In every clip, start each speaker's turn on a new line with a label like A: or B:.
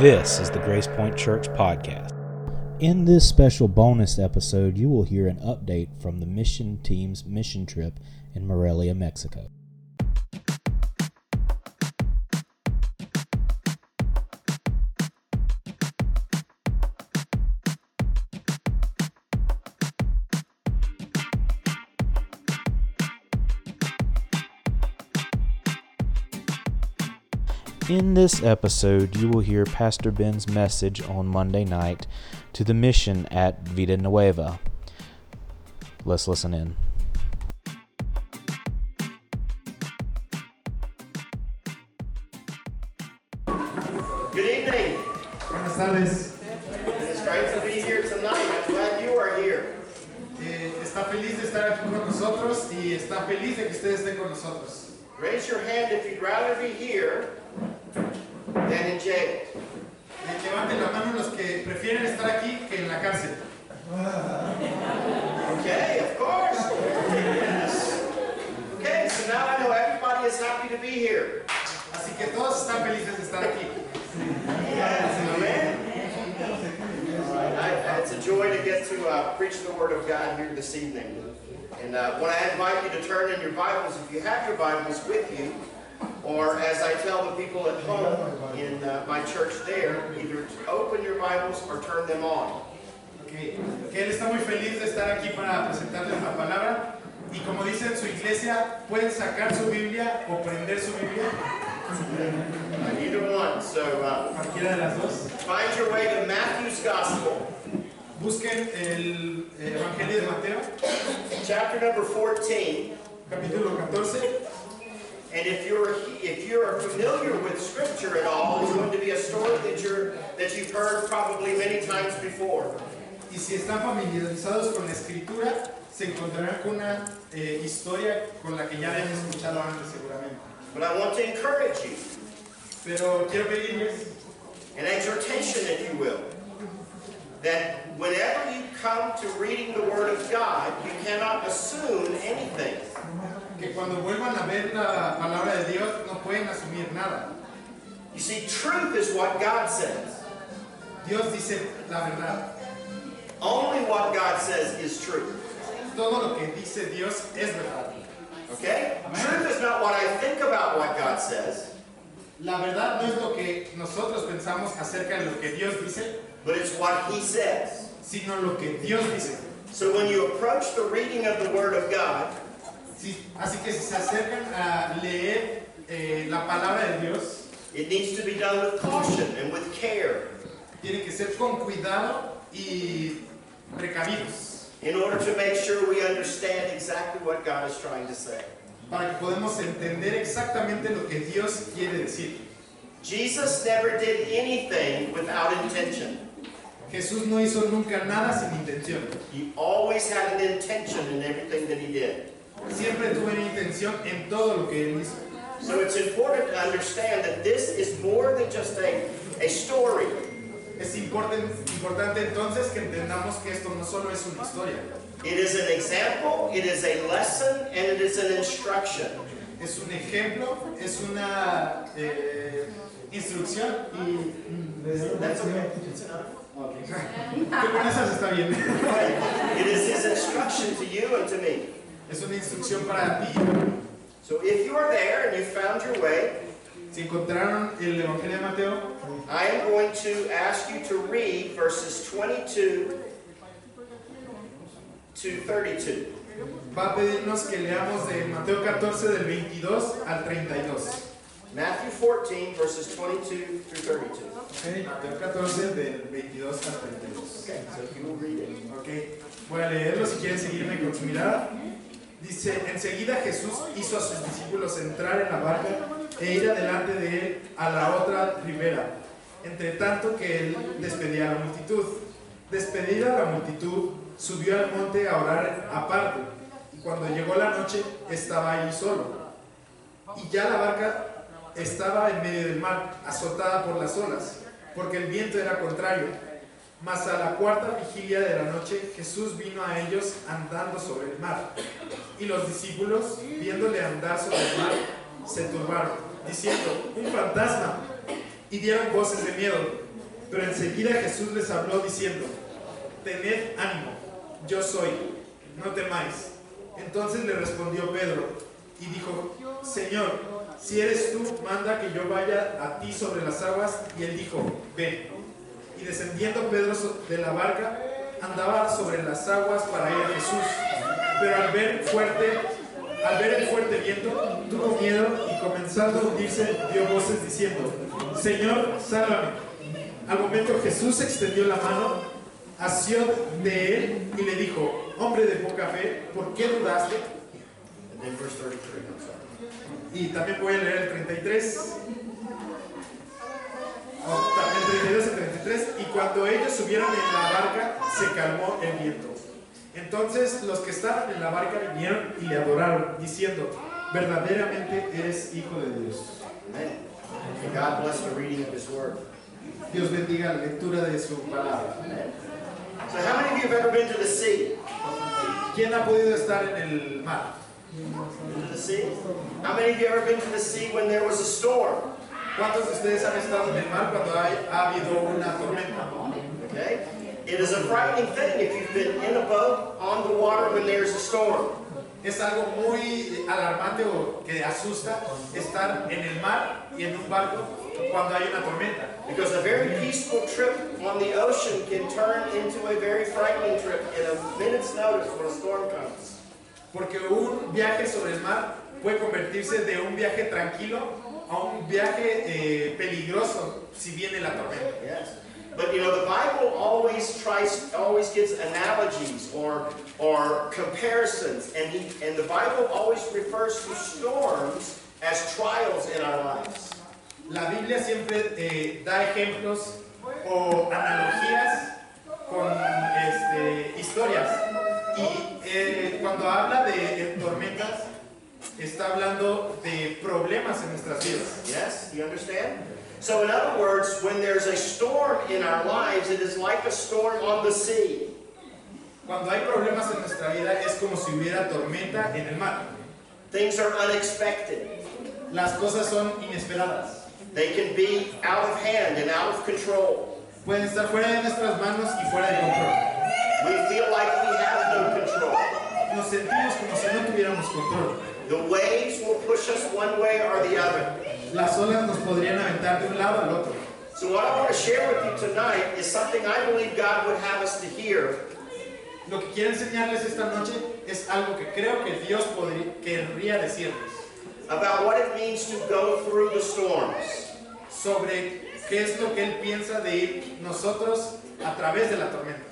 A: This is the Grace Point Church podcast. In this special bonus episode, you will hear an update from the mission team's mission trip in Morelia, Mexico. In this episode, you will hear Pastor Ben's message on Monday night to the mission at Vida Nueva. Let's listen in.
B: Good evening.
C: Buenas tardes.
B: It's great to be here tonight. I'm glad you are here.
C: Eh, está feliz de estar aquí con nosotros y está feliz de que ustedes estén con nosotros.
B: Raise your hand if you'd rather be here than in jail.
C: Eh, levanten la mano los que prefieren estar aquí que en la cárcel.
B: Okay, of course. Yes. Okay, so now I know everybody is happy to be here.
C: Así que todos están felices de estar aquí.
B: Amen. All right, I- It's a joy to get to uh, preach the Word of God here this evening. And uh, when I invite you to turn in your Bibles, if you have your Bibles with you, or as I tell the people at home in uh, my church there, either open your Bibles or turn them on.
C: Ok, Que él está muy feliz de estar aquí para presentarles la palabra. Y como dice en su iglesia, pueden sacar su Biblia o prender su Biblia,
B: Uh, Either one. So uh,
C: cualquiera de las dos.
B: find your way to Matthew's Gospel,
C: Busquen el eh, Evangelio de Mateo,
B: chapter number 14.
C: capítulo 14.
B: And if you're if you're familiar with Scripture at all, it's going to be a story that you're that you've heard probably many times before.
C: Y si están familiarizados con la escritura, se encontrarán con una eh, historia con la que ya habían escuchado antes seguramente.
B: But I want to encourage you,
C: Pero quiero pedirles
B: an exhortation, if you will, that whenever you come to reading the Word of God, you cannot assume anything.
C: que cuando vuelvan a ver la palabra de Dios no pueden asumir nada.
B: You see, truth is what God says.
C: Dios dice la verdad.
B: Only what God says is true.
C: Todo lo que dice Dios es verdad.
B: Okay? Truth is not what I think about what God says,
C: La verdad no es lo que nosotros pensamos acerca de lo que Dios dice,
B: but it's what He says.
C: sino lo que Dios dice.
B: So when you approach the reading of the Word of God,
C: Sí, Así que si se acercan a leer eh, la palabra de Dios,
B: It needs to be done with caution and with care
C: Tienen que ser con cuidado y precavidos
B: in order to make sure we understand exactly what God is trying to say.
C: para que podamos entender exactamente lo que Dios quiere decir.
B: Jesus never did anything without intention.
C: Jesús no hizo nunca nada sin intención.
B: He always had an intention in everything that he did.
C: Siempre tuvo una intención en todo lo que él hizo.
B: So it's important to understand that this is more than just a, a story.
C: Es importen- importante entonces que entendamos que esto no solo es una historia,
B: It is an example, it is a lesson, and it is an instruction.
C: es un ejemplo, es una eh, instrucción y... mm,
B: That's okay. It's enough.
C: Que con esas está bien.
B: It is his instruction to you and to me.
C: Es una instrucción para ti.
B: So if you are there and you found your way,
C: Si encontraron el Evangelio de Mateo,
B: I am going to ask you to read verses 22 to 32.
C: va a pedirnos que leamos de Mateo 14 del 22 al 32.
B: Matthew 14, verses 22 through 32.
C: Mateo 14 del 22 al 32.
B: Okay, so if you will read it.
C: Ok, voy a leerlo si quieren seguirme con su mirada. Dice, enseguida Jesús hizo a sus discípulos entrar en la barca e ir adelante de él a la otra ribera, entre tanto que él despedía a la multitud. Despedida la multitud, subió al monte a orar aparte, y cuando llegó la noche estaba ahí solo. y ya la barca estaba en medio del mar, azotada por las olas, porque el viento era contrario. Mas a la cuarta vigilia de la noche Jesús vino a ellos andando sobre el mar. Y los discípulos, viéndole andar sobre el mar, se turbaron, diciendo, un fantasma, y dieron voces de miedo. Pero enseguida Jesús les habló diciendo, tened ánimo, yo soy, no temáis. Entonces le respondió Pedro y dijo, Señor, si eres tú, manda que yo vaya a ti sobre las aguas. Y él dijo, ven. Y descendiendo Pedro so- de la barca, andaba sobre las aguas para ir a Jesús. Pero al ver fuerte, al ver el fuerte viento, tuvo miedo y comenzando a hundirse, dio voces diciendo, Señor, sálvame. Al momento Jesús extendió la mano, asió de él y le dijo, hombre de poca fe, ¿por qué dudaste?
B: And then verse 33, I'm sorry.
C: Y también voy a leer el 33. Oh, El 32 al 33. Y cuando ellos subieron en la barca, se calmó el viento. Entonces los que estaban en la barca vinieron y le adoraron, diciendo, verdaderamente eres hijo de Dios.
B: Amen. May God bless the reading of his word.
C: Dios bendiga la lectura de su palabra.
B: So how many of you have ever been to the sea?
C: ¿Quién ha podido estar en el mar?
B: Been to the sea? How many of you have ever been to the sea when there was a storm?
C: ¿Cuántos de ustedes han estado en el mar cuando hay- ha habido una tormenta?
B: Okay? It is a frightening thing if you've been in a boat on the water when there's a storm.
C: Es algo muy alarmante o que asusta estar en el mar y en un barco cuando hay una tormenta.
B: Because a very peaceful trip on the ocean can turn into a very frightening trip in a minute's notice when a storm comes.
C: Porque un viaje sobre el mar puede convertirse de un viaje tranquilo a un viaje eh, peligroso si viene la tormenta.
B: Yes. But you know the Bible always tries, always gives analogies or or comparisons, and he, and the Bible always refers to storms as trials in our lives.
C: La Biblia siempre eh, da ejemplos o analogías con este, historias. Y eh, cuando habla de eh, tormentas, está hablando de problemas en nuestras vidas.
B: Yes, you understand? So in other words, when there's a storm in our lives, it is like a storm on the sea.
C: Cuando hay problemas en nuestra vida es como si hubiera tormenta en el mar.
B: Things are unexpected.
C: Las cosas son inesperadas.
B: They can be out of hand and out of control.
C: Pueden estar fuera de nuestras manos y fuera de control.
B: We feel like we have no control.
C: Nos sentimos como si no tuviéramos control.
B: The waves will push us one way or the other.
C: Las olas nos podrían aventar de un lado al otro.
B: So, what I want to share with you tonight is something I believe God would have us to hear,
C: Lo que quiero enseñarles esta noche es algo que creo que Dios podría, querría decirles
B: about what it means to go through the storms.
C: sobre qué es lo que Él piensa de ir nosotros a través de la tormenta.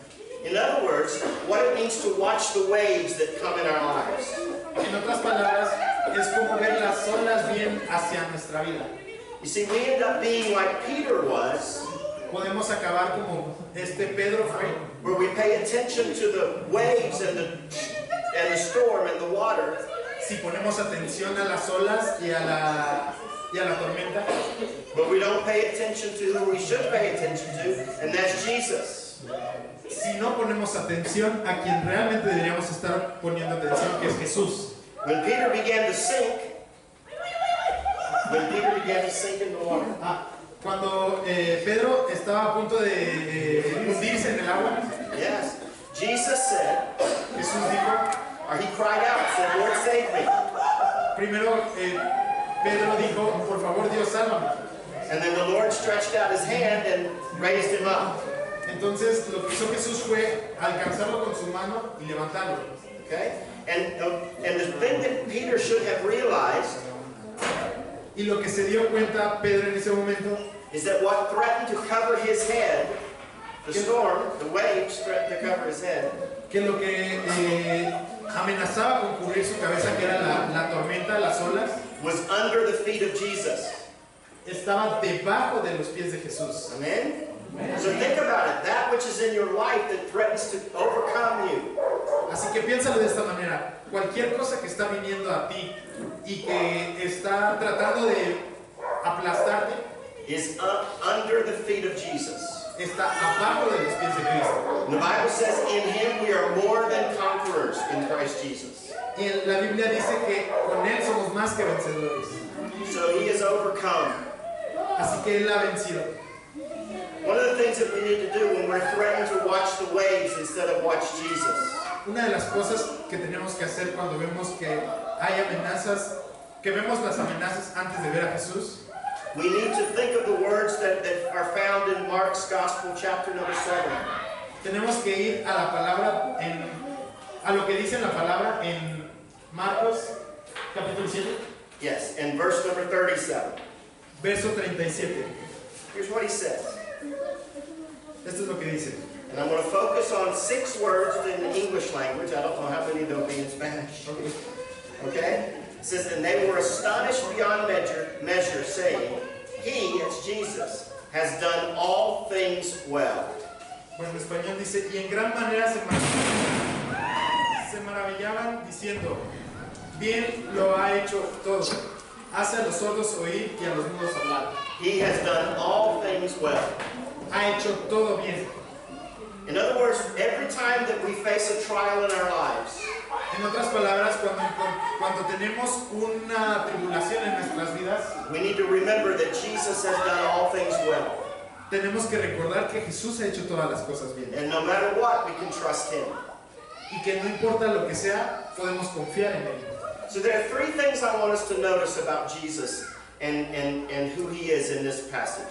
B: In other words, what it means to watch the waves that come in our lives.
C: En otras palabras, es como ver las olas bien hacia nuestra vida.
B: You see, we end up being like Peter was,
C: Podemos acabar como este Pedro fue,
B: where we pay attention to the waves and the, and the storm and the water.
C: si ponemos atención a las olas y a la, y a la tormenta,
B: But we don't pay attention to who we should pay attention to, and that's Jesus.
C: si no ponemos atención a quien realmente deberíamos estar poniendo atención, que es Jesús.
B: When Peter began to sink, when Peter began to sink in the water,
C: Ah, cuando eh, Pedro estaba a punto de eh, hundirse en el agua,
B: yes, Jesus said,
C: Jesús dijo,
B: or he cried out, said, Lord, save me.
C: primero eh, Pedro dijo, por favor Dios, sálvame.
B: And then the Lord stretched out his hand and raised him up.
C: Entonces lo que hizo Jesús fue alcanzarlo con su mano y levantarlo.
B: Okay? And, uh, and the thing that Peter should have realized
C: Y lo que se dio cuenta Pedro en ese momento
B: is that what threatened to cover his head, the storm, the waves threatened to cover his head,
C: que lo que eh, amenazaba con cubrir su cabeza, que era la, la tormenta, las olas,
B: was under the feet of Jesus.
C: estaba debajo de los pies de Jesús.
B: Amen? So think about it. That which is in your life that threatens to overcome you
C: Así que piénsalo de esta manera. Cualquier cosa que está viniendo a ti y que está tratando de aplastarte,
B: is up under the feet of Jesus.
C: está abajo de los pies de Cristo.
B: The Bible says, in him we are more than conquerors in Christ Jesus.
C: Y en la Biblia dice que con Él somos más que vencedores.
B: So he is overcome.
C: Así que Él la ha vencido.
B: One of the things things that we need to do when we're threatened to watch the waves instead of watch Jesus.
C: Una de las cosas que tenemos que hacer cuando vemos que hay amenazas, que vemos las amenazas antes de ver a Jesús,
B: We need to think of the words that, that are found in Mark's Gospel, chapter number 7.
C: tenemos que ir a la palabra, en, a lo que dice la palabra en Marcos capítulo 7,
B: Yes, and verse number 37.
C: verso 37.
B: Here's what he says.
C: Esto es lo que dice.
B: And I'm going to focus on six words in the English language. I don't know how many there'll be in Spanish. Okay? It says, And they were astonished beyond measure, measure saying, He, it's Jesus, has done all things well.
C: Bueno, en español dice, y en gran manera se maravillaban, se maravillaban diciendo, bien lo ha hecho todo, hace a los sordos oír y a los mudos hablar.
B: He has done all things well.
C: Ha hecho todo bien.
B: In other words, every time that we face a trial in our lives,
C: En otras palabras, cuando, cuando tenemos una tribulación en nuestras vidas,
B: we need to remember that Jesus has done all things well.
C: tenemos que recordar que Jesús ha hecho todas las cosas bien.
B: And no matter what, we can trust Him.
C: Y que no importa lo que sea, podemos confiar en Él.
B: So there are three things I want us to notice about Jesus and, and, and who he is in this passage.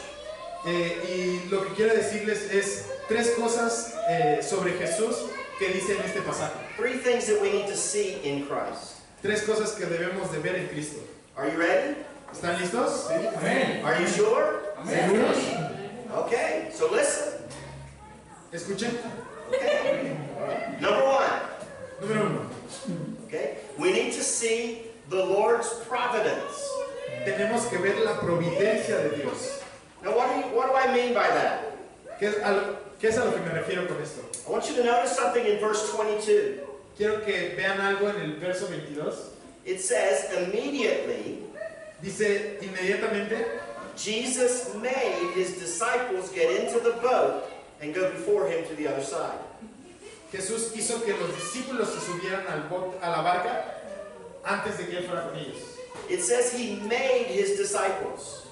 C: Eh, y lo que quiero decirles es tres cosas eh, sobre Jesús que dice en este pasaje.
B: Three things that we need to see in Christ.
C: Tres cosas que debemos de ver en Cristo.
B: Are you ready?
C: ¿Están listos?
D: Amén.
B: Are you sure?
D: ¿Seguros?
B: Okay, so listen.
C: Escuchen.
B: Number one,
C: Número uno.
B: okay, we need to see the Lord's providence.
C: Tenemos que ver la providencia de Dios.
B: Now, what do, you, what do I mean by that?
C: ¿Qué es, a lo, qué es a lo que me refiero con esto?
B: I want you to notice something in verse 22.
C: Quiero que vean algo en el verso 22.
B: It says, immediately
C: Dice, inmediatamente
B: Jesus made his disciples get into the boat and go before him to the other side.
C: Jesús hizo que los discípulos se subieran al bot- a la barca antes de que Él fuera con ellos.
B: It says he made his disciples.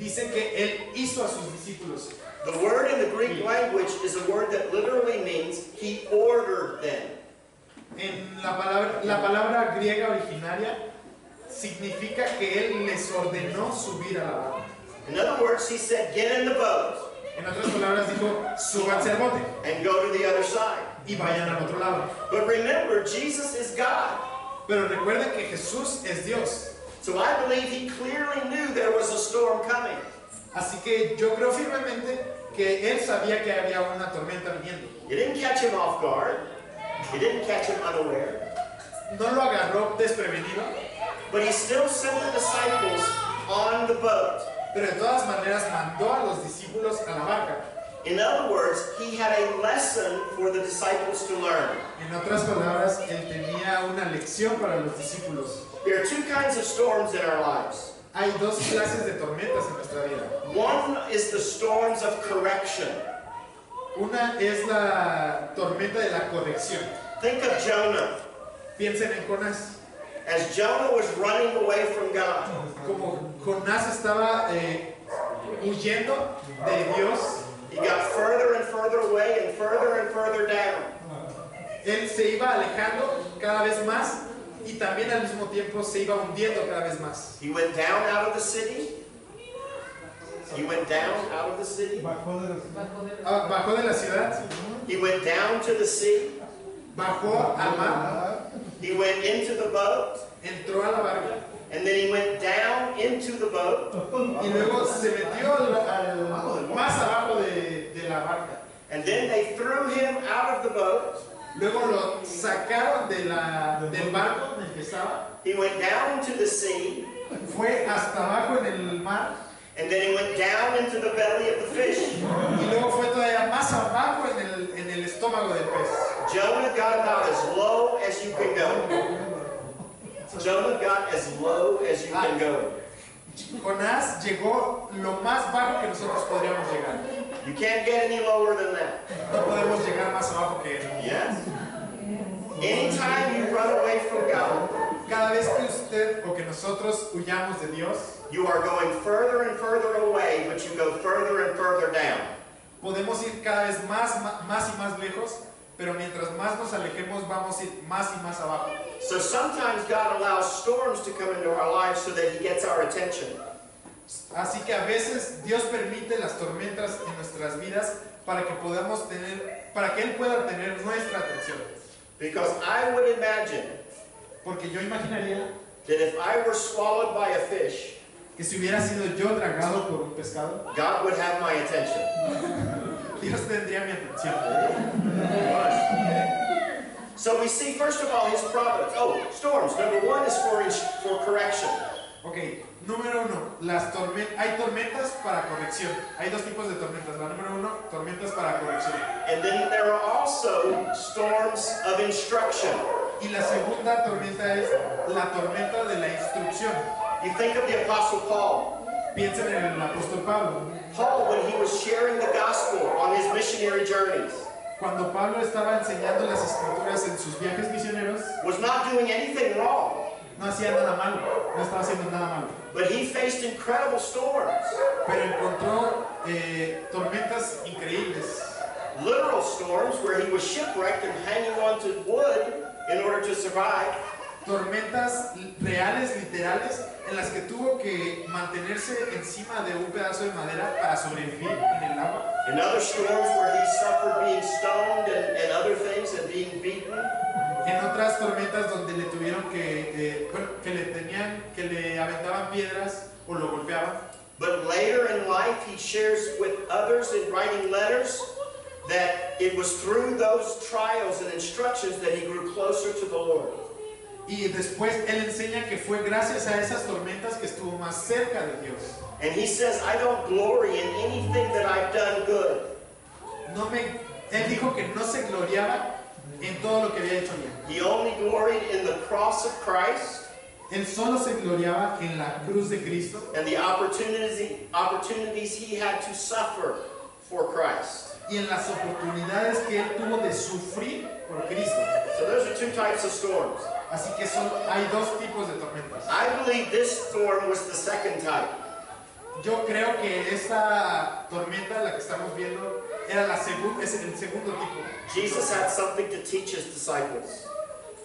C: Dice que Él hizo a sus discípulos.
B: The word in the Greek language is a word that literally means he ordered them.
C: En la palabra, la palabra griega originaria significa que Él les ordenó subir a la barca.
B: In other words, he said, Get in the boat
C: En otras palabras dijo, súbanse al bote
B: and go to the other side.
C: y vayan al otro lado.
B: But remember, Jesus is God.
C: Pero recuerden que Jesús es Dios.
B: So I believe he clearly knew there was a storm coming.
C: Así que yo creo firmemente que Él sabía que había una tormenta viniendo.
B: It didn't catch him off guard, it didn't catch him unaware.
C: No lo agarró desprevenido,
B: But he still sent the disciples on the boat.
C: Pero de todas maneras mandó a los discípulos a la barca.
B: In other words, he had a lesson for the disciples to learn.
C: En otras palabras, él tenía una lección para los discípulos.
B: There are two kinds of storms in our lives.
C: Hay dos clases de tormentas en nuestra vida.
B: One is the storms of correction.
C: Una es la tormenta de la corrección.
B: Think of Jonah.
C: Piensen en Jonás.
B: As Jonah was running away from God,
C: Como Jonás estaba eh, huyendo de Dios,
B: he got further and further away and further and further down.
C: él se iba alejando cada vez más y también al mismo tiempo se iba hundiendo cada vez más.
B: He went down out of the city. He went down out of the city.
C: Ah, Bajó de la ciudad,
B: He went down to the sea.
C: bajó al mar,
B: He went into the boat.
C: entró a la barca
B: And then he went down into the boat.
C: Y luego se metió al, al- más abajo de, de la barca.
B: And then they threw him out of the boat.
C: Luego lo sacaron de la, del barco en el que estaba.
B: He went down into the sea.
C: Fue hasta abajo en el mar.
B: And then he went down into the belly of the fish.
C: Y luego fue todavía más abajo en el, en el estómago del pez.
B: Jonah got about as low as you can go. Jonah got as low as you can go.
C: Jonás llegó lo más bajo que nosotros podríamos llegar.
B: You can't get any lower than that.
C: No podemos llegar más abajo que él.
B: Yes? Anytime you run away from God,
C: Cada vez que usted o que nosotros huyamos de Dios,
B: you are going further and further away, but you go further and further down.
C: Podemos ir cada vez más, ma- más y más lejos, pero mientras más nos alejemos vamos a ir más y más abajo.
B: So sometimes God allows storms to come into our lives so that He gets our attention.
C: Así que a veces Dios permite las tormentas en nuestras vidas para que podamos tener, para que Él pueda tener nuestra atención.
B: Because I would imagine
C: Porque yo imaginaría
B: that if I were swallowed by a fish,
C: que si hubiera sido yo tragado por un pescado,
B: God would have my attention.
C: Dios tendría mi atención.
B: So we see, first of all, His providence. Oh, storms. Number one is for, ins- for correction.
C: Ok, número uno, las tormen- hay tormentas para corrección. Hay dos tipos de tormentas. La número uno, tormentas para corrección.
B: And then there are also storms of instruction.
C: Y la segunda tormenta es la tormenta de la instrucción.
B: You think of the Apostle Paul.
C: Piensen en el apóstol Pablo.
B: Paul, when he was sharing the gospel on his missionary journeys,
C: Cuando Pablo estaba enseñando las escrituras en sus viajes misioneros,
B: was not doing anything wrong,
C: no hacía nada malo, no estaba haciendo nada malo.
B: but he faced incredible storms,
C: Pero encontró eh, tormentas increíbles.
B: literal storms where he was shipwrecked and hanging onto wood in order to survive.
C: Tormentas reales, literales, en las que tuvo que mantenerse encima de un pedazo de madera para sobrevivir en el agua.
B: And other storms where he suffered being stoned and, and other things and being beaten.
C: En otras tormentas donde le tuvieron que, eh, bueno, que le tenían, que le aventaban piedras o lo golpeaban.
B: But later in life, he shares with others in writing letters that it was through those trials and instructions that he grew closer to the Lord.
C: Y después él enseña que fue gracias a esas tormentas que estuvo más cerca de Dios.
B: And he says, I don't glory in anything that I've done good.
C: No me, él dijo que no se gloriaba en todo lo que había hecho bien.
B: He only gloried in the cross of Christ
C: Él solo se gloriaba en la cruz de Cristo
B: and the opportunities, opportunities he had to suffer for Christ.
C: y en las oportunidades que él tuvo de sufrir por Cristo.
B: So those are two types of storms.
C: Así que son, hay dos tipos de tormentas.
B: I believe this storm was the second type.
C: Yo creo que esta tormenta, la que estamos viendo, era la segunda, es el segundo tipo.
B: Jesus had something to teach his disciples.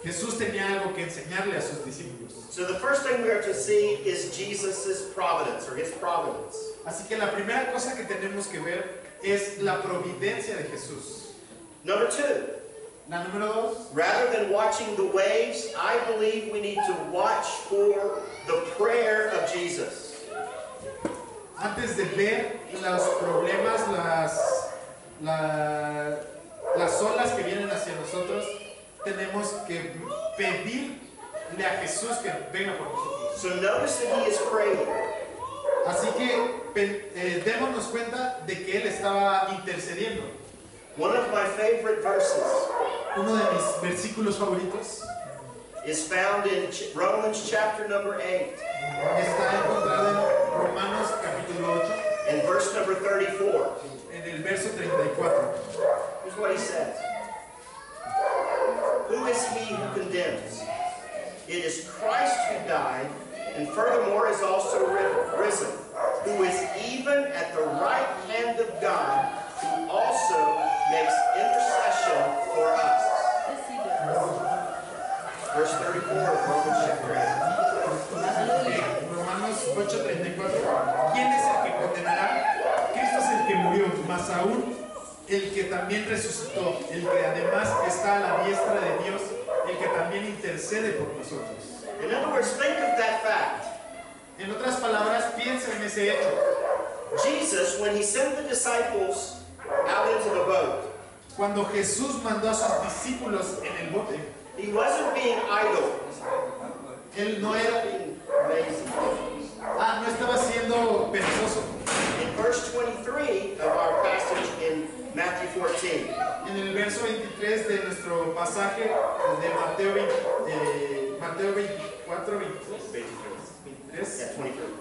C: Jesús tenía algo que enseñarle a sus discípulos.
B: So the first thing we are to see is Jesus' providence or his providence.
C: Así que la primera cosa que tenemos que ver es la providencia de Jesús.
B: Number two,
C: La número dos
B: rather than watching the waves, I believe we need to watch for the prayer of Jesus.
C: antes de ver los problemas, las, la- las olas que vienen hacia nosotros, tenemos que pedirle a Jesús que venga por nosotros.
B: So notice that he is praying.
C: Así que pe- eh, démonos cuenta de que Él estaba intercediendo.
B: One of my favorite verses
C: Uno de mis versículos favoritos
B: is found in Ch- Romans chapter number 8
C: está encontrado en Romanos capítulo 8,
B: and verse number 34.
C: en el verso 34.
B: Here's what he says Who is he who condemns? It is Christ who died, and furthermore is also ri- risen, who is even at the right hand of God, who also makes intercession for us.
D: Yes, he does.
B: Verse 34 of Romans chapter
C: Romanos 8:34. ¿Quién es el que condenará? Cristo es el que murió, más aún el que también resucitó, el que además está a la diestra de Dios, el que también intercede por nosotros.
B: 8. In other words, think of that fact.
C: En otras palabras, piensa en ese hecho.
B: Jesus, when he sent the disciples out into the boat,
C: Cuando Jesús mandó a sus discípulos en el bote,
B: he wasn't being idle.
C: él no era,
B: Being lazy.
C: ah, no estaba siendo perezoso.
B: In verse 23 of our passage in Matthew 14,
C: En el verso 23 de nuestro pasaje de Mateo, 20, eh, Mateo 24, 23, 23,
B: yeah, 23,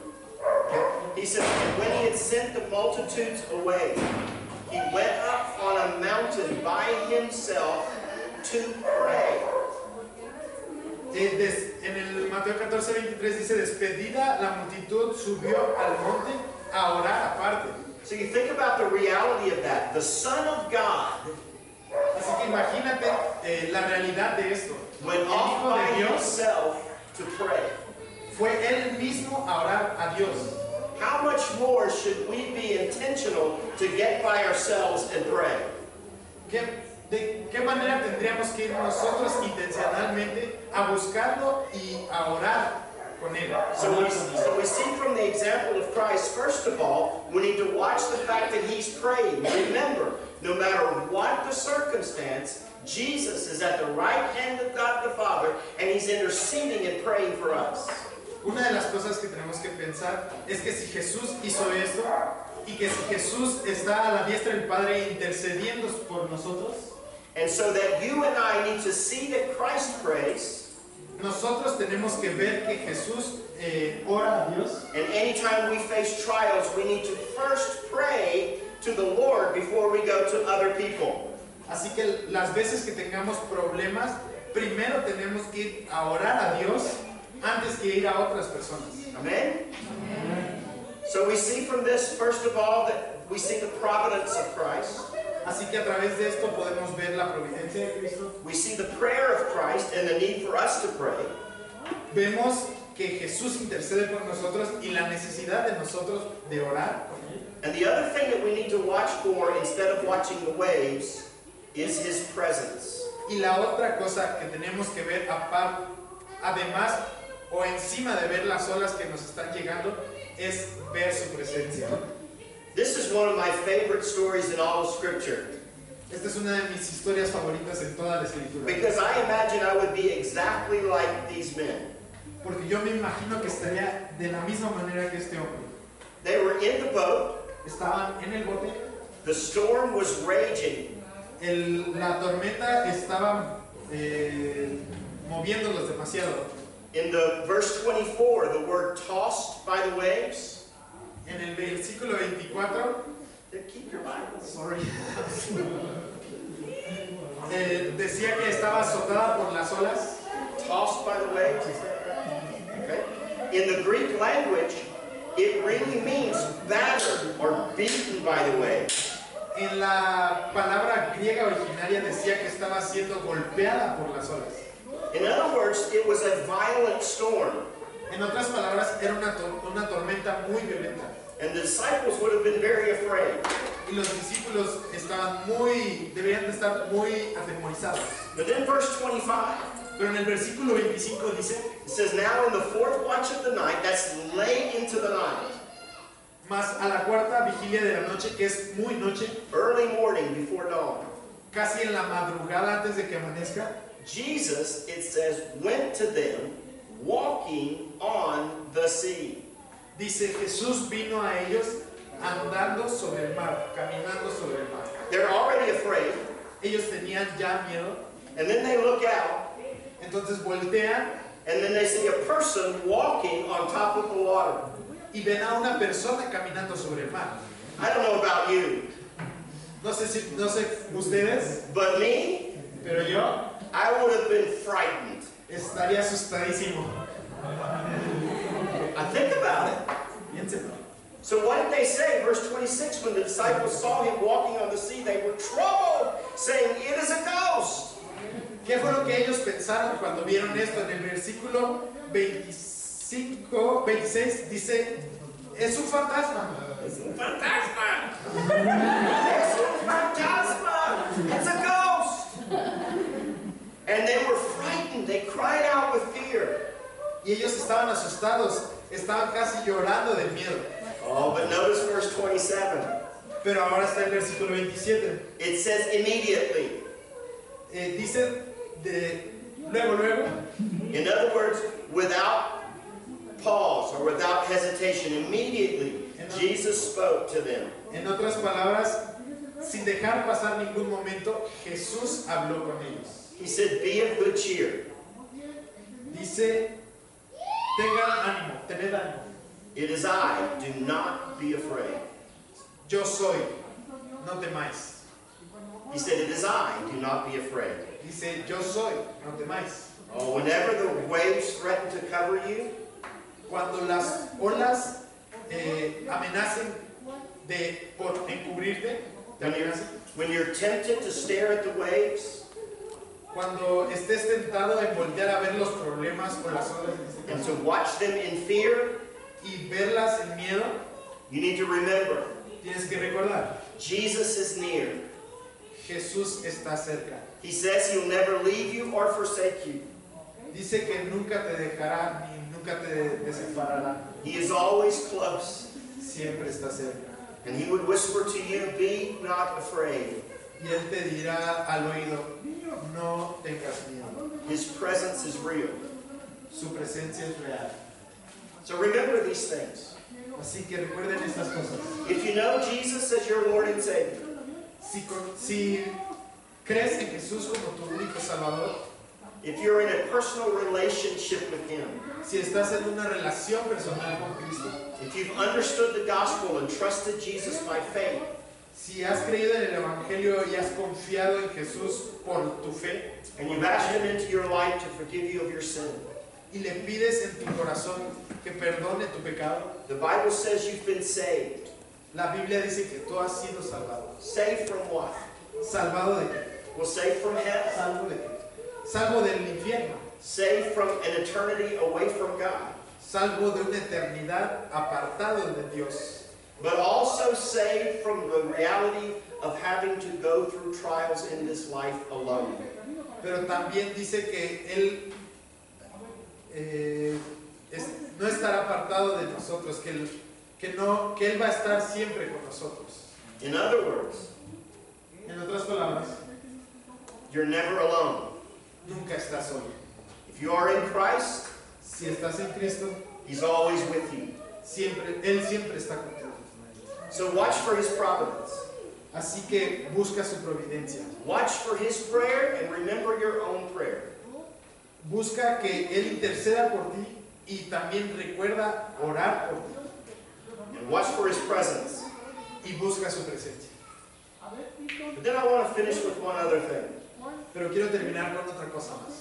B: he says, "And When he had sent the multitudes away, he went up on a mountain by himself to pray.
C: Eh, des- en el Mateo 14, 23 dice, despedida la multitud subió al monte a orar aparte.
B: So you think about the reality of that. the Son of God
C: Así que imagínate eh, la realidad de esto. El
B: went off
C: Hijo
B: by
C: de Dios
B: himself to pray.
C: fue él mismo a orar a Dios.
B: How much more should we be intentional to get by ourselves and pray?
C: ¿Qué- ¿De qué manera tendríamos que ir nosotros intencionalmente a buscarlo y a orar con él?
B: So we, so we see from the example of Christ, first of all, we need to watch the fact that he's praying. Remember, no matter what the circumstance, Jesus is at the right hand of God the Father, and he's interceding and praying for us.
C: Una de las cosas que tenemos que pensar es que si Jesús hizo esto y que si Jesús está a la diestra del Padre intercediendo por nosotros,
B: And so that you and I need to see that Christ prays,
C: nosotros tenemos que ver que Jesús eh, ora a Dios
B: and anytime we face trials, we need to first pray to the Lord before we go to other people.
C: Así que las veces que tengamos problemas, primero tenemos que ir a orar a Dios antes que ir a otras personas.
B: Amen? So we see from this, first of all, that we see the providence of Christ.
C: Así que a través de esto podemos ver la providencia de Cristo.
B: We see the prayer of Christ and the need for us to pray.
C: Vemos que Jesús intercede por nosotros y la necesidad de nosotros de orar. con Él.
B: And the other thing that we need to watch for instead of watching the waves is his presence.
C: Y la otra cosa que tenemos que ver aparte, además o encima de ver las olas que nos están llegando, es ver su presencia.
B: This is one of my favorite stories in all of Scripture.
C: Esta es una de mis historias favoritas en toda la escritura.
B: Because I imagine I would be exactly like these men.
C: Porque yo me imagino que estaría de la misma manera que este hombre.
B: They were in the boat,
C: Estaban en el bote,
B: the storm was raging,
C: el- la tormenta estaba eh, moviéndolos demasiado.
B: In the verse 24, the word tossed by the waves.
C: En el versículo 24,
B: Keep your Bibles.
C: sorry, eh, decía que estaba azotada por las olas.
B: Tossed by the waves. is that right? Okay. In the Greek language, it really means battered or beaten by the waves.
C: En la palabra griega originaria decía que estaba siendo golpeada por las olas.
B: In other words, it was a violent storm.
C: En otras palabras, era una, tor- una tormenta muy violenta.
B: And the disciples would have been very afraid.
C: Y los discípulos estaban muy, deberían de estar muy atemorizados.
B: But then verse 25,
C: Pero en el versículo 25 dice,
B: it says, Now in the fourth watch of the night, that's late into the night,
C: más a la cuarta vigilia de la noche, que es muy noche,
B: early morning before dawn,
C: casi en la madrugada antes de que amanezca,
B: Jesus, it says, went to them walking on the sea.
C: dice, Jesús vino a ellos andando sobre el mar, caminando sobre el mar.
B: They're already afraid,
C: Ellos tenían ya miedo,
B: and then they look out,
C: entonces voltean
B: and then they see a person walking on top of the water.
C: y ven a una persona caminando sobre el mar.
B: I don't know about you,
C: No sé si, no sé ustedes,
B: but me,
C: pero yo
B: I would have been frightened.
C: estaría asustadísimo.
B: I think about it.
C: Piénsenlo.
B: So what did they say? Verse 26, when the disciples saw him walking on the sea, they were troubled, saying, It is a ghost.
C: ¿Qué fue lo que ellos pensaron cuando vieron esto? En el versículo 25, 26 dice, es un fantasma.
B: It's a phantasma. it's a phantasma. It's a ghost. And they were frightened. They cried out with fear.
C: Y ellos estaban asustados, estaban casi llorando de miedo.
B: Oh, but notice verse 27.
C: Pero ahora está el versículo 27.
B: It says immediately.
C: Eh, dice, de, luego, luego,
B: In other words, without pause or without hesitation, immediately Jesus spoke to them.
C: en otras palabras, sin dejar pasar ningún momento, Jesús habló con ellos.
B: He said, Be of good cheer.
C: Dice, tengan ánimo, tened ánimo.
B: It is I. Do not be afraid.
C: Yo soy, no temáis.
B: He said, It is I. Do not be afraid.
C: Dice, yo soy, no temáis.
B: Oh, whenever the waves threaten to cover you,
C: Cuando las olas eh, amenacen de por encubrirte,
B: When you're, when you're tempted to stare at the waves
C: Cuando estés tentado en voltear a ver los problemas o las olas en este
B: and
C: caso,
B: to watch them in fear,
C: y verlas en miedo,
B: you need to remember
C: tienes que recordar,
B: Jesus is near.
C: Jesús está cerca.
B: He says he'll never leave you or forsake you.
C: Dice que nunca te dejará ni nunca te desamparará.
B: He is always close.
C: Siempre está cerca.
B: And he would whisper to you, Be not afraid.
C: Y Él te dirá al oído, niño, no tengas miedo.
B: His presence is real.
C: Su presencia es real.
B: So remember these things.
C: Así que recuerden estas cosas.
B: If you know Jesus as your Lord and Savior,
C: Si, con- si crees en Jesús como tu único Salvador,
B: if you're in a personal relationship with him,
C: si estás en una relación personal con Cristo,
B: if you've understood the gospel and trusted Jesus by faith,
C: si has creído en el Evangelio y has confiado en Jesús por tu fe,
B: and you've asked him into your life to forgive you of your sin,
C: y le pides en tu corazón que perdone tu pecado,
B: the Bible says you've been saved.
C: la Biblia dice que tú has sido salvado.
B: Saved from what?
C: ¿Salvado de qué?
B: Well, saved from hell,
C: Salvo de qué? Salvo del infierno.
B: saved from an eternity away from God,
C: salvo de una eternidad apartado de Dios,
B: but also saved from the reality of having to go through trials in this life alone.
C: pero también dice que Él eh, es- no estará apartado de nosotros, que él, que, no, que él va a estar siempre con nosotros.
B: In other words,
C: En otras palabras,
B: you're never alone.
C: nunca estás solo.
B: If you are in Christ,
C: Si estás en Cristo,
B: He's always with you.
C: siempre, Él siempre está contigo.
B: So watch for His providence.
C: Así que busca su providencia.
B: Watch for His prayer and remember your own prayer.
C: Busca que Él interceda por ti y también recuerda orar por ti.
B: And watch for His presence.
C: Y busca su presencia.
B: But then I want to finish with one other thing.
C: Pero quiero terminar con otra cosa más.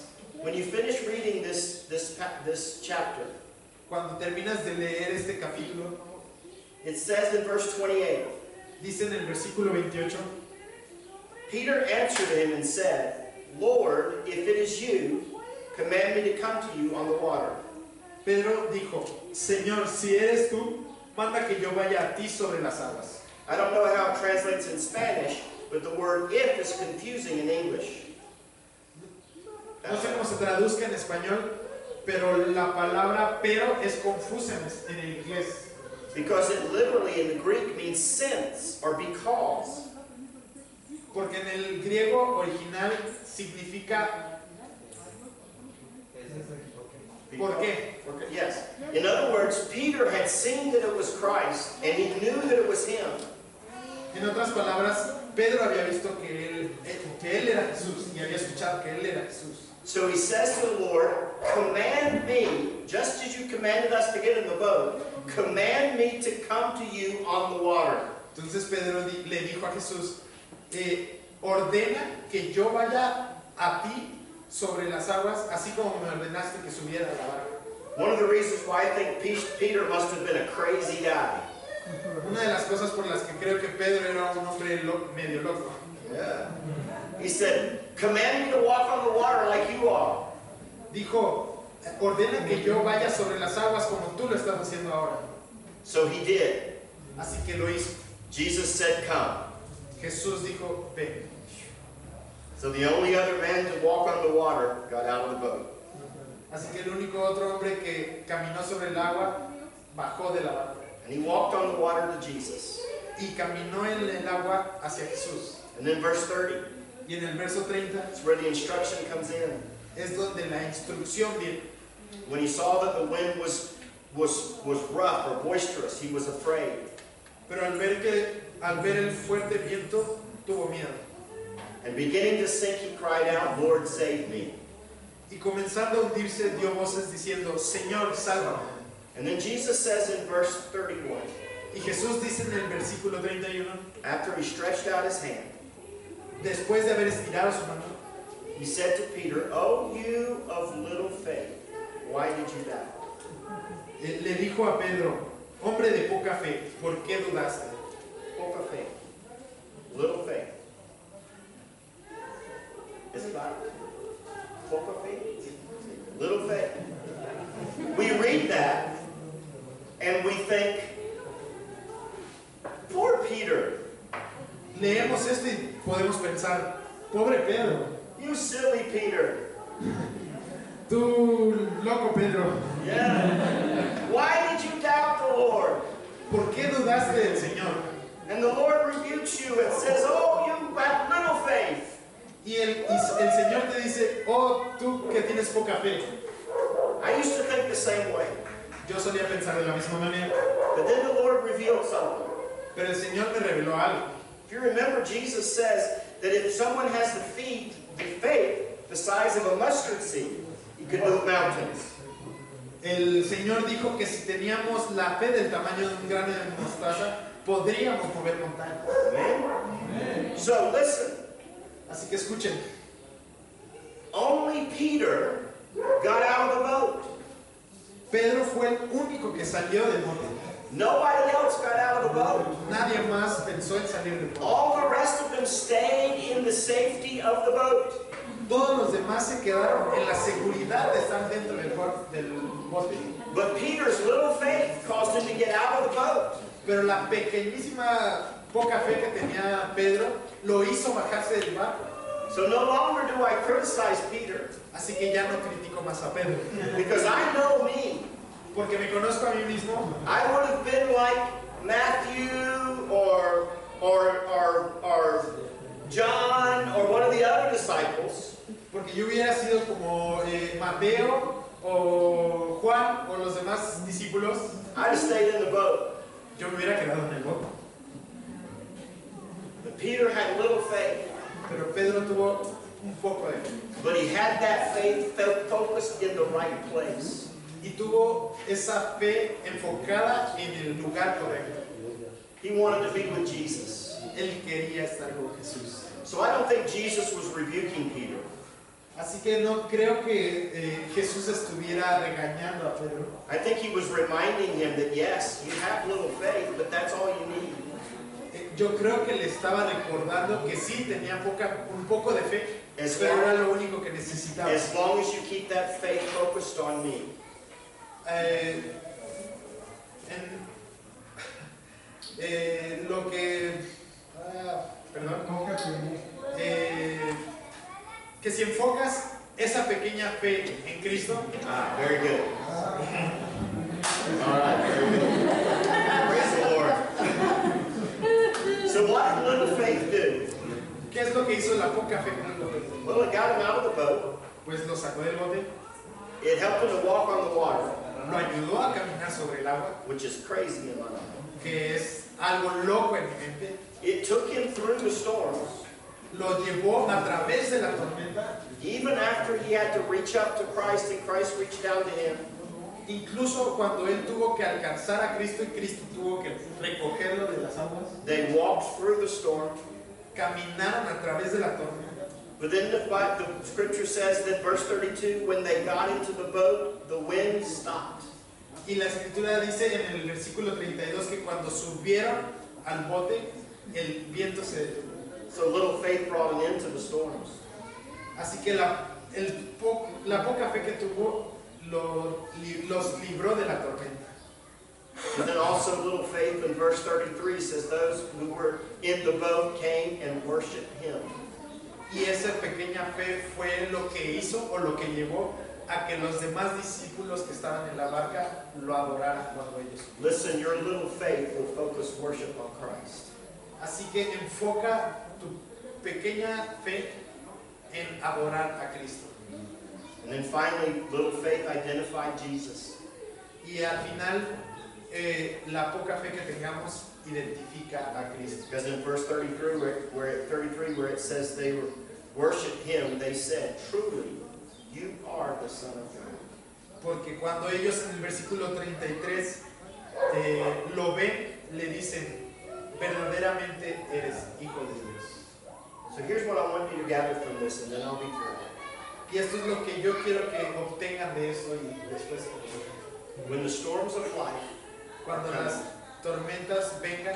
B: When you finish reading this, this, pa- this chapter,
C: Cuando terminas de leer este capítulo,
B: it says in verse 28
C: dice en el versículo 28,
B: Peter answered him and said, Lord, if it is you, command me to come to you on the water.
C: Pedro dijo, Señor, si eres tú, manda que yo vaya a ti sobre las aguas.
B: I don't know how it translates in Spanish, but the word if is confusing in English.
C: No sé cómo se traduzca en español, pero la palabra pero es confusa en, es- en el inglés,
B: Because it literally in the Greek means since or because.
C: porque en el griego original significa ¿por qué?
B: Because- Yes. In other words, Peter had seen that it was Christ and he knew that it was him.
C: En otras palabras, Pedro había visto que él, eh, que él era Jesús y había escuchado que él era Jesús.
B: So he says to the Lord, Command me, just as you commanded us to get in the boat, command me to come to you on the water.
C: Entonces Pedro di- le dijo a Jesús, eh, ordena que yo vaya a ti sobre las aguas, así como me ordenaste que subiera a la barca.
B: One of the reasons why I think Pe- Peter must have been a crazy guy.
C: Una de las cosas por las que creo que Pedro era un hombre lo- medio loco.
B: Yeah. He said, Command me to walk on the water like you are.
C: Dijo, ordena que yo vaya sobre las aguas como tú lo estás haciendo ahora.
B: So he did.
C: Así que lo hizo.
B: Jesus said, Come.
C: Jesús dijo, ven.
B: So the only other man to walk on the water got out of the boat.
C: Así que el único otro hombre que caminó sobre el agua bajó de la barca
B: And he walked on the water to Jesus.
C: y caminó en el agua hacia Jesús.
B: And then verse 30,
C: Y en el verso 30
B: that's where the instruction comes in.
C: es donde la instrucción viene.
B: When he saw that the wind was, was, was rough or boisterous, he was afraid.
C: Pero al ver, que, al ver el fuerte viento, tuvo miedo.
B: And beginning to sink, he cried out, Lord, save me.
C: Y comenzando a hundirse, dio voces diciendo, Señor, sálvame.
B: And then Jesus says in verse 31,
C: Y Jesús dice en el versículo 31,
B: after he stretched out his hand,
C: después de haber estirado su mano,
B: he said to Peter, O you of little faith, why did you doubt?
C: eh, le dijo a Pedro, hombre de poca fe, ¿por qué dudaste?
B: Poca faith. Little Poca faith, little faith. We read that and we think, poor Peter,
C: Leemos esto y podemos pensar, pobre Pedro,
B: you silly Peter.
C: tú loco Pedro,
B: Yeah. Why did you doubt the Lord?
C: ¿por qué dudaste del Señor?
B: And the Lord rebukes you and says, Oh, you have little faith.
C: Y el, y el Señor te dice, oh tú que tienes poca fe.
B: I used to think the same way.
C: Yo solía pensar de la misma manera,
B: But then the Lord revealed something.
C: pero el Señor me reveló algo.
B: If you remember, Jesus says that if someone has the feed, the faith the size of a mustard seed, he could move mountains.
C: El Señor dijo que si teníamos la fe del tamaño de un grano de mostaza, podríamos mover montañas.
B: Amen? So listen,
C: Así que escuchen,
B: only Peter got out of the boat.
C: Pedro fue el único que salió del monte.
B: Nobody else got out of the boat.
C: Nadie más pensó en salir del monte.
B: All the rest of them stayed in the safety of the boat.
C: Todos los demás se quedaron en la seguridad de estar dentro del, bor- del bote.
B: But Peter's little faith caused him to get out of the boat.
C: Pero la pequeñísima poca fe que tenía Pedro lo hizo bajarse del barco.
B: So no longer do I criticize Peter
C: Así que ya no critico más a Pedro.
B: because I know me.
C: Porque me conozco a mí mismo.
B: I would have been like Matthew or or or or John or one of the other disciples
C: Porque yo hubiera sido como eh, Mateo o Juan o los demás discípulos.
B: I'd have stayed in the boat.
C: Yo me hubiera quedado en el bote.
B: But Peter had little faith,
C: Pero Pedro tuvo un poco de fe.
B: but he had that faith fo- focused in the right place.
C: Y tuvo esa fe enfocada en el lugar correcto.
B: He wanted to be with Jesus.
C: Él quería estar con Jesús.
B: So I don't think Jesus was rebuking Peter.
C: Así que no creo que eh, Jesús estuviera regañando a Pedro.
B: I think he was reminding him that yes, you have little faith, but that's all you need.
C: Eh, Yo creo que le estaba recordando que sí tenía poca, un poco de fe,
B: Es
C: pero
B: claro.
C: era lo único que necesitaba.
B: As long as you keep that faith focused on me.
C: Eh, en- eh, lo que. ah, perdón. Eh, que si enfocas esa pequeña fe en Cristo,
B: Ah, very good. All right, very good. Praise the Lord. So what did little faith do?
C: ¿qué es lo que hizo la poca fe? con
B: Well, it got him out of the boat.
C: Pues lo sacó del bote,
B: It helped him to walk on the water,
C: lo ayudó a caminar sobre el agua,
B: which is crazy in my mind.
C: que es algo loco en mi mente.
B: It took him through the storms,
C: Lo llevó a través de la tormenta,
B: even after he had to reach up to Christ and Christ reached down to him.
C: incluso cuando él tuvo que alcanzar a Cristo y Cristo tuvo que recogerlo de las aguas.
B: They walked through the storm.
C: caminaron a través de la tormenta.
B: But then the, Bi- the scripture says that verse 32, when they got into the boat, the wind stopped.
C: Y la escritura dice en el versículo 32 que cuando subieron al bote, el viento se detuvo.
B: So little faith brought him into the storms.
C: Así que la, el po- la poca fe que tuvo lo- li- los libró de la tormenta.
B: But then also little faith in verse 33 says, Those who were in the boat came and worshiped him.
C: Y esa pequeña fe fue lo que hizo o lo que llevó a que los demás discípulos que estaban en la barca lo adoraran cuando ellos.
B: Listen, your little faith will focus worship on Christ.
C: Así que enfoca tu pequeña fe en adorar a Cristo.
B: And then finally, little faith identified Jesus.
C: Y al final, eh, la poca fe que tengamos identifica a Cristo.
B: Because in verse 33, where, where it, 33, where it says they were, worshiped him, they said, Truly, you are the Son of God.
C: Porque cuando ellos en el versículo 33 eh, lo ven, le dicen, verdaderamente eres hijo de Dios.
B: So here's what I want you to gather from this, and then I'll be through.
C: Y esto es lo que yo quiero que obtengan de eso y después, eh,
B: When the storms of life
C: cuando las tormentas vengan,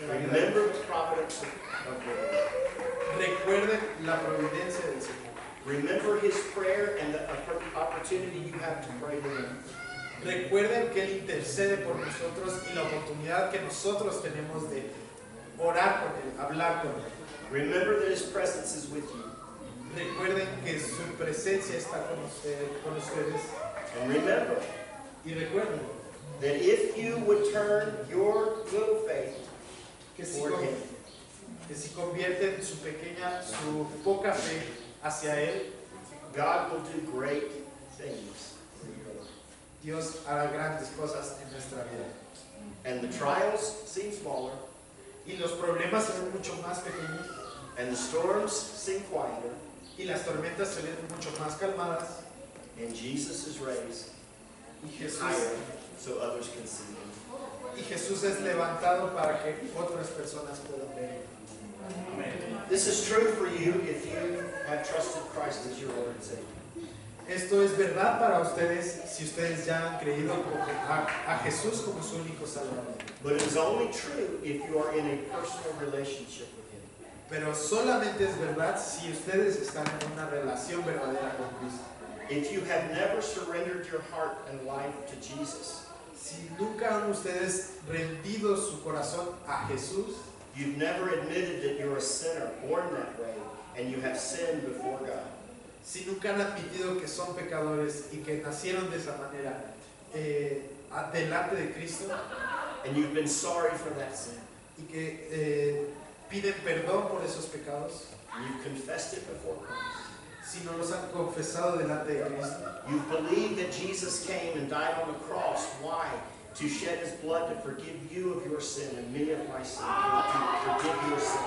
B: remember the providence of God.
C: recuerden la providencia del Señor.
B: Remember his prayer and the opp- opportunity you have to pray to him.
C: Recuerden que Él intercede por nosotros y la oportunidad que nosotros tenemos de orar con Él, hablar con Él.
B: Remember that his presence is with you.
C: Recuerden que su presencia está con, usted- con ustedes
B: And remember
C: y recuerden
B: that if you would turn your little faith
C: que si,
B: toward him,
C: con- que si convierten su pequeña, su poca fe hacia Él,
B: God will do great things.
C: Dios hará grandes cosas en nuestra vida.
B: And the trials seem smaller,
C: Y los problemas se ven mucho más pequeños
B: and the storms seem quieter,
C: y las tormentas se ven mucho más calmadas
B: and Jesus is raised
C: y Jesús,
B: higher so others can see him.
C: y Jesús es levantado para que otras personas puedan ver.
B: This is true for you if you have trusted Christ as your Lord and Savior.
C: Esto es verdad para ustedes si ustedes ya han creído como- a, a Jesús como su único Salvador.
B: But it is only true if you are in a personal relationship with him.
C: Pero solamente es verdad si ustedes están en una relación verdadera con Cristo.
B: If you have never surrendered your heart and life to Jesus,
C: Si nunca han ustedes rendido su corazón a Jesús,
B: you've never admitted that you're a sinner born that way and you have sinned before God,
C: si nunca han admitido que son pecadores y que nacieron de esa manera eh, a- delante de Cristo
B: and you've been sorry for that sin,
C: y que eh, piden perdón por esos pecados,
B: and you've confessed it before Christ,
C: si no los han confesado delante de Cristo,
B: you've believed that Jesus came and died on the cross. Why? To shed his blood to forgive you of your sin and me of my sin, to forgive your sin.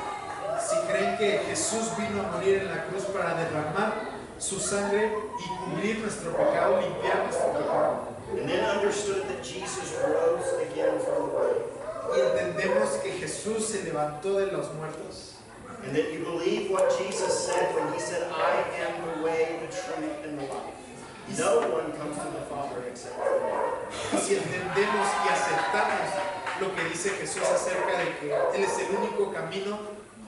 C: Si creen que Jesús vino a morir en la cruz para derramar su sangre y cubrir nuestro pecado, limpiar nuestro pecado,
B: And then understood that Jesus rose again from the grave.
C: y entendemos que Jesús se levantó de los muertos,
B: And that you believe what Jesus said when he said, I am the way, the truth, and the life. No one comes to the Father except through me.
C: si entendemos y aceptamos lo que dice Jesús acerca de que Él es el único camino,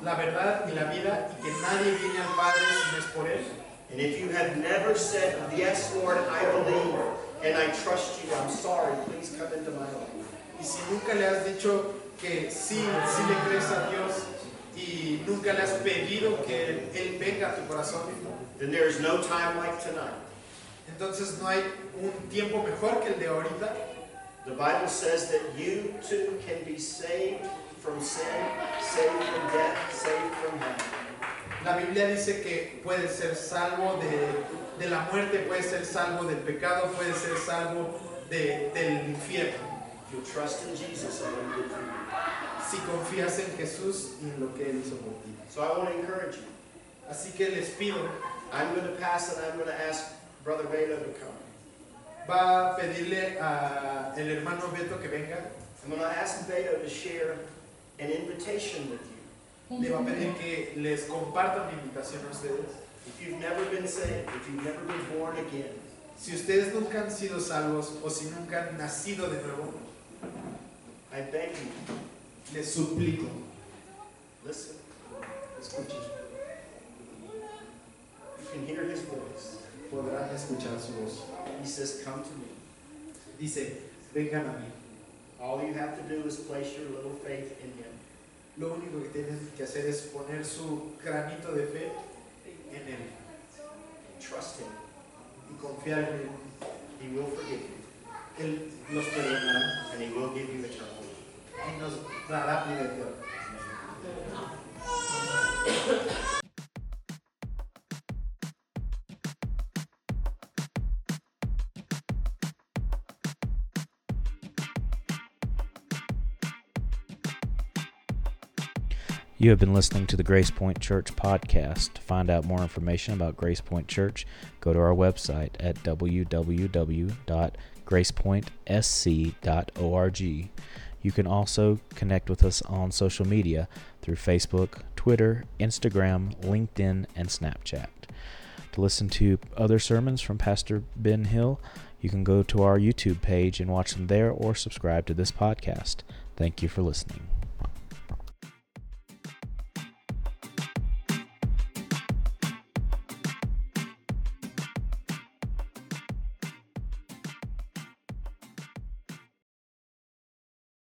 C: la verdad y la vida, y que nadie viene al Padre si no es por Él,
B: And if you have never said, Yes, Lord, I believe, and I trust you, I'm sorry, please come into my life.
C: y si nunca le has dicho que sí, sí le crees a Dios, y nunca le has pedido que Él venga a tu corazón,
B: Then there is no time like tonight.
C: Entonces no hay un tiempo mejor que el de ahorita.
B: The Bible says that you too can be saved from sin, saved from death, saved from hell.
C: La Biblia dice que puedes ser salvo de, de la muerte, puedes ser salvo del pecado, puedes ser salvo de- del infierno.
B: If you trust in Jesus, I will good for you.
C: Si confías en Jesús y en lo que Él hizo por ti.
B: So I want to encourage you.
C: Así que les pido,
B: I'm going to pass and I'm going to ask Brother Beto to come.
C: va a pedirle al hermano Beto que venga,
B: I'm going to ask Beto to share an invitation with you.
C: le va a pedir que les comparta mi invitación a ustedes.
B: If you've never been saved, if you've never been born again,
C: Si ustedes nunca han sido salvos o si nunca han nacido de nuevo,
B: I beg you,
C: les suplico,
B: listen.
C: escuchen.
B: You can hear his voice.
C: podrán escuchar su voz.
B: He says, Come to me.
C: Dice, vengan a mí.
B: All you have to do is place your little faith in him.
C: Lo único que tienen que hacer es poner su granito de fe en Él
B: Trust him.
C: y confiar en Él.
B: He will forgive you
C: Él los perdonará
B: and he will give you eternal life.
C: y nos dará vida eterna.
A: You have been listening to the Grace Point Church podcast. To find out more information about Grace Point Church, go to our website at www.gracepointsc.org. You can also connect with us on social media through Facebook, Twitter, Instagram, LinkedIn, and Snapchat. To listen to other sermons from Pastor Ben Hill, you can go to our YouTube page and watch them there or subscribe to this podcast. Thank you for listening.